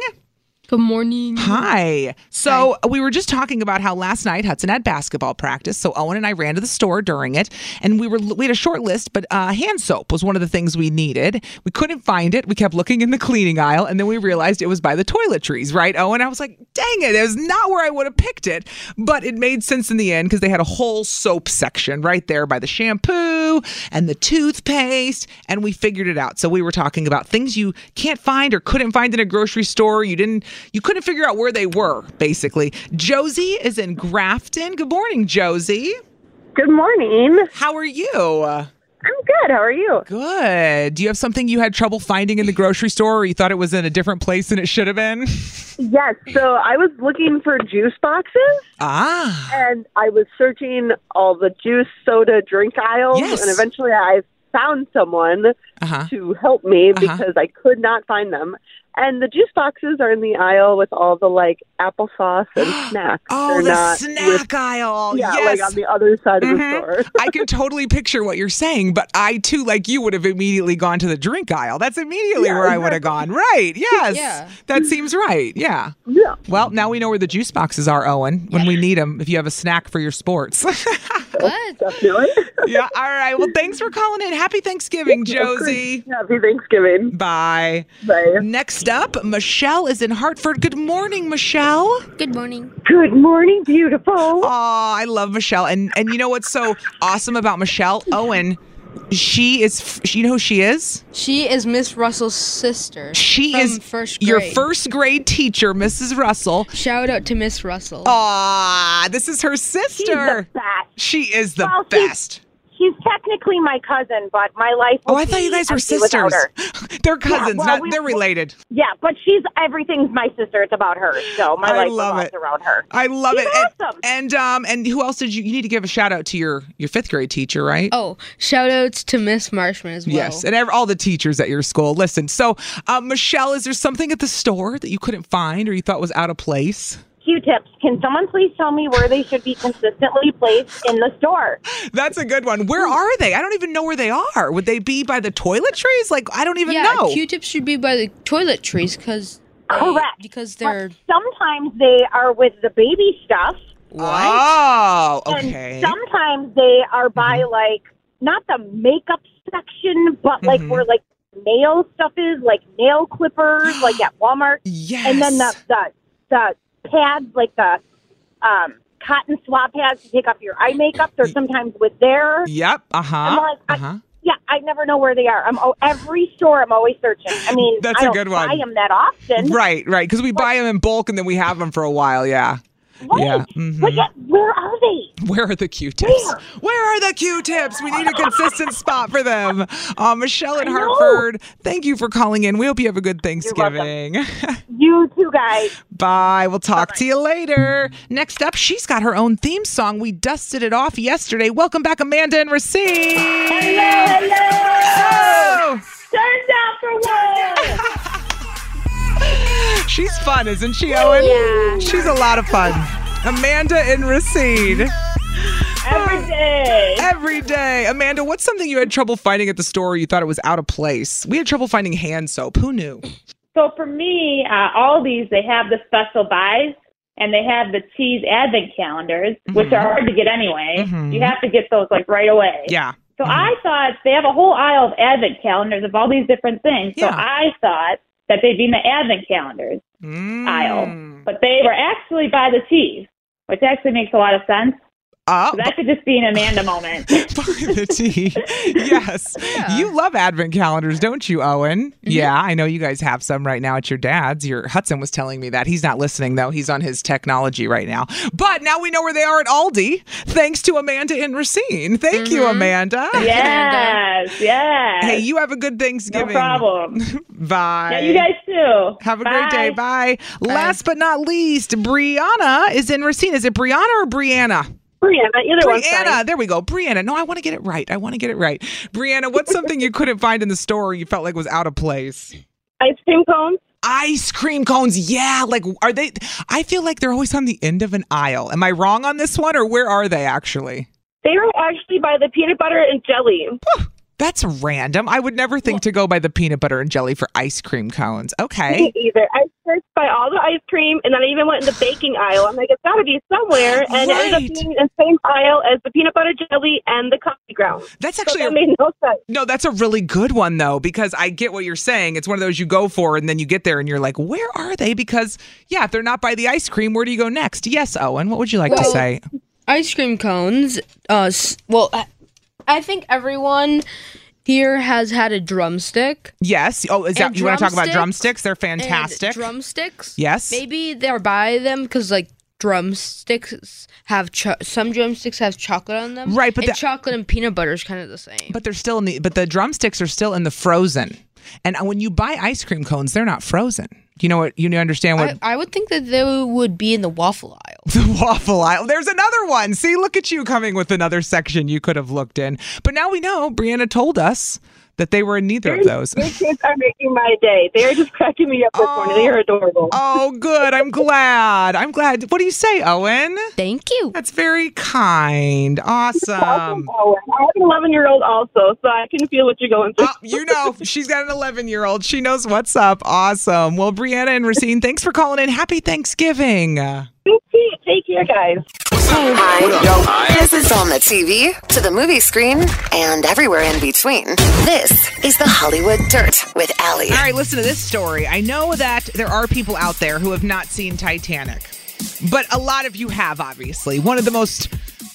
S2: Good morning.
S1: Hi. So we were just talking about how last night Hudson had basketball practice. So Owen and I ran to the store during it, and we were we had a short list, but uh, hand soap was one of the things we needed. We couldn't find it. We kept looking in the cleaning aisle, and then we realized it was by the toiletries, right, Owen? I was like, dang it, it was not where I would have picked it, but it made sense in the end because they had a whole soap section right there by the shampoo and the toothpaste, and we figured it out. So we were talking about things you can't find or couldn't find in a grocery store. You didn't, you couldn't figure out where they were, basically. Josie is in Grafton. Good morning, Josie.
S16: Good morning.
S1: How are you? I'm
S16: good. How are you?
S1: Good. Do you have something you had trouble finding in the grocery store or you thought it was in a different place than it should have been?
S16: Yes. So I was looking for juice boxes.
S1: Ah.
S16: And I was searching all the juice, soda, drink aisles.
S1: Yes. Uh-huh.
S16: And eventually I found someone to help me because I could not find them. And the juice boxes are in the aisle with all the like applesauce and snacks.
S1: Oh,
S16: They're
S1: the
S16: not
S1: snack
S16: with-
S1: aisle.
S16: Yeah,
S1: yes.
S16: like on the other side of the
S1: Mhm.
S16: store.
S1: I can totally picture what you're saying, but I too, like you, would have immediately gone to the drink aisle. That's immediately
S16: Yeah,
S1: where I would have gone. Right. Yes. That seems right. Yeah.
S16: Yeah.
S1: Well, now we know where the juice boxes are, Owen, when we need them if you have a snack for your sports.
S16: Definitely.
S1: yeah. All right. Well, thanks for calling in. Happy Thanksgiving,
S16: Of course.
S1: Josie.
S16: Oh, Happy Thanksgiving.
S1: Bye.
S16: Bye.
S1: Next up, Michelle is in Hartford. Good morning, Michelle.
S11: Good morning.
S16: Good morning, beautiful. Oh,
S1: I love Michelle. And and you know what's so awesome about Michelle Owen? She is. You know who she is?
S2: She is Miss Russell's sister.
S1: She
S2: from
S1: is
S2: first
S1: your
S2: grade.
S1: first grade teacher, Mrs. Russell.
S2: Shout out to Miss Russell.
S1: Ah, this is her sister. She is the best.
S12: She's technically my cousin, but my life.
S1: Oh,
S12: would
S1: I thought you
S12: be
S1: guys were
S12: empty without
S1: sisters. They're cousins.
S12: well,
S1: not,
S12: we-
S1: they're related.
S12: her. Yeah, but she's everything's my sister. It's about her, so my
S1: I
S12: life
S1: love
S12: revolves
S1: it.
S12: around her.
S1: I love
S12: She's
S1: it. And- And, um and who else did you you need to give a shout out to your your 5th grade teacher, right?
S2: Oh, shout outs to Miss Marshman as well.
S1: Yes, and ev- all the teachers at your school. Listen, so uh, Michelle, is there something at the store that you couldn't find or you thought was out of place?
S12: Q-tips. Can someone please tell me where they should be consistently placed in the store?
S1: That's a good one. Where are they? I don't even know where they are. Would they be by the toiletries? Like I don't even
S2: yeah,
S1: know.
S2: Q-tips should be by the toiletries because
S12: Correct.
S2: because they're
S12: Sometimes they are with the baby stuff.
S1: Wow. Oh,
S12: And
S1: okay. Mm-hmm.
S12: sometimes they are by like not the makeup section, but like
S1: Mm-hmm.
S12: where like nail stuff is, like nail clippers, like at Walmart.
S1: Yes.
S12: And then the the, the pads, like the um, cotton swab pads to take off your eye makeup.
S1: Mm-hmm.
S12: They're sometimes with there.
S1: Yep. Uh
S12: I'm
S1: huh.
S12: like, I, yeah, I never know where they are. I'm oh, every store. I'm always searching. I mean,
S1: That's
S12: I
S1: a
S12: don't
S1: good one.
S12: buy them that often.
S1: Right, right. Because we buy them in bulk and then we have them for a while. Yeah. What? Yeah. mhm.
S12: uh, Where are they?
S1: Where are the Q-tips? Where? are the Q-tips? We need a consistent spot for them. Uh, Michelle in Hartford, thank you for calling in. We hope you have a good Thanksgiving.
S12: you too, guys.
S1: Bye. We'll talk to you later. Next up, she's got her own theme song. We dusted it off yesterday. Welcome back, Amanda and Racine. Hello, hello.
S12: Turns out for one.
S1: She's fun, isn't she, Owen? Yeah. She's a lot of fun. Amanda in Racine. Every
S12: day.
S1: Every day. Amanda, what's something you had trouble finding at the store you thought it was out of place? We had trouble finding hand soap. Who knew?
S17: So for me, uh, Aldi's they have the special buys and they have the cheese advent calendars, which are hard to get anyway. You have to get those like right away.
S1: Yeah.
S17: So I thought they have a whole aisle of advent calendars of all these different things. So I thought that they'd be in the advent calendars aisle, but they were actually by the cheese, which actually makes a lot of sense.
S1: Uh,
S17: so that could just be an Amanda moment.
S1: the tea. yes. You love advent calendars, don't you, Owen? Yeah, I know you guys have some right now at your dad's. Your Hudson was telling me that. He's not listening though. He's on his technology right now. But now we know where they are at Aldi, thanks to Amanda in Racine. Thank you, Amanda.
S17: yes, yes.
S1: Hey, you have a good Thanksgiving.
S17: No problem.
S1: Bye.
S17: Yeah, you guys too.
S1: Have a great day. Bye. Last but not least, Brianna is in Racine. Is it Brianna or Brianna?
S18: Brianna, either one's
S1: Brianna,
S18: fine.
S1: there we go. Brianna. No, I want to get it right. I want to get it right. Brianna, what's something you couldn't find in the store you felt like was out of place?
S18: Ice cream cones.
S1: Ice cream cones. Yeah, like are they I feel like they're always on the end of an aisle. Am I wrong on this one or where are they actually?
S18: They were actually by the peanut butter and jelly.
S1: That's random. I would never think to go by the peanut butter and jelly for ice cream cones.
S18: Me
S1: Okay.
S18: either. I searched by all the ice cream, and then I even went in the baking aisle. I'm like, it's got to be somewhere, and it ended up being in the same aisle as the peanut butter jelly and the coffee ground.
S1: That's actually
S18: so that made no sense.
S1: No, that's a really good one though, because I get what you're saying. It's one of those you go for and then you get there and you're like, where are they? Because yeah, if they're not by the ice cream, where do you go next? Yes, Owen, what would you like to
S11: Well,
S1: say?
S2: Ice cream cones. Uh, s- well, I, I think everyone here has had a drumstick.
S1: Yes. Oh, is that
S2: And
S1: you want to talk about
S2: drumsticks
S1: drumsticks? They're
S2: and
S1: fantastic.
S2: drumsticks.
S1: Yes.
S2: Maybe they're by them because like drumsticks have cho- some drumsticks have chocolate on them.
S1: Right, but
S2: and
S1: the-
S2: chocolate and peanut butter is kind of the same.
S1: but they're still in the but the drumsticks are still in the frozen. And uh, when you buy ice cream cones, they're not frozen. You know what? You understand what
S2: I, I would think that they would be in the waffle aisle.
S1: the waffle aisle. There's another one. See, look at you coming with another section you could have looked in. But now we know. Brianna told us that they were in neither of those.
S18: Your kids are making my day. They are just cracking me up this morning. They are adorable.
S1: Oh, good. I'm glad. I'm glad. What do you say, Owen?
S2: Thank you.
S1: That's very kind. Awesome.
S18: Owen. I have an 11 year old also, so I can feel what you're going through.
S1: Oh, you know, she's got an 11 year old. She knows what's up. Awesome. Well, Brianna and Racine, thanks for calling in. Happy Thanksgiving.
S18: Take care, guys.
S6: Hi. This is on the TV, to the movie screen, and everywhere in between. This is the Hollywood Dirt with Allie.
S1: All right, listen to this story. I know that there are people out there who have not seen Titanic, but a lot of you have, obviously. One of the most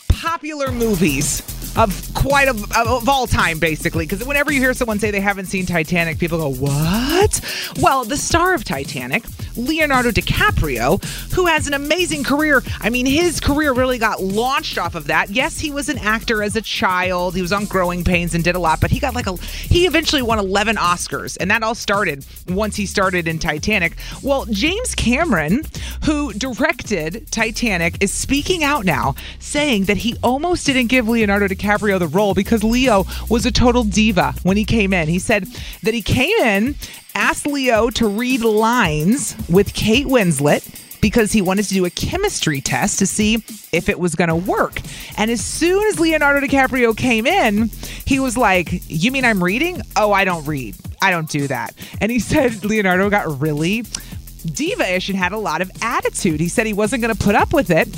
S1: popular movies of quite a, of, of all time, basically. Because whenever you hear someone say they haven't seen Titanic, people go, "What?" Well, the star of Titanic, Leonardo DiCaprio, who has an amazing career. I mean, his career really got launched off of that. Yes, he was an actor as a child. He was on Growing Pains and did a lot, but he got like a he eventually won 11 Oscars, and that all started once he started in Titanic. Well, James Cameron, who directed Titanic, is speaking out now, saying that he almost didn't give Leonardo DiCaprio the role because Leo was a total diva when he came in. He said that he came in, asked Leo to read lines with Kate Winslet because he wanted to do a chemistry test to see if it was going to work. And as soon as Leonardo DiCaprio came in, he was like, You mean I'm reading? Oh, I don't read. I don't do that. And he said Leonardo got really diva ish and had a lot of attitude. He said he wasn't going to put up with it.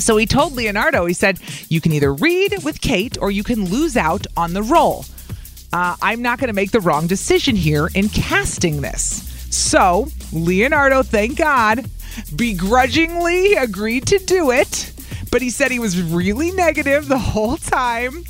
S1: So he told Leonardo, he said, You can either read with Kate or you can lose out on the role. Uh, I'm not going to make the wrong decision here in casting this. So Leonardo, thank God, begrudgingly agreed to do it. But he said he was really negative the whole time.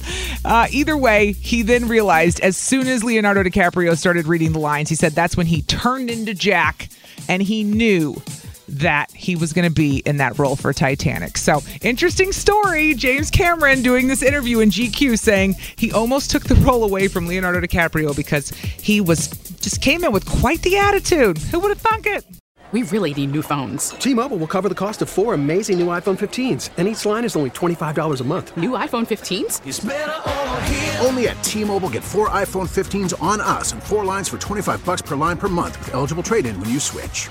S1: Uh, either way, he then realized as soon as Leonardo DiCaprio started reading the lines, he said that's when he turned into Jack and he knew that he was going to be in that role for Titanic. So, interesting story. James Cameron doing this interview in GQ saying he almost took the role away from Leonardo DiCaprio because he was just came in with quite the attitude. Who would have thunk it?
S19: We really need new phones. T-Mobile will cover the cost of four amazing new iPhone 15s, and each line is only $25 a month. New iPhone 15s?
S20: Only at T-Mobile get four iPhone 15s on us and four lines for 25 bucks per line per month with eligible trade-in when you switch.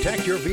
S21: Protect your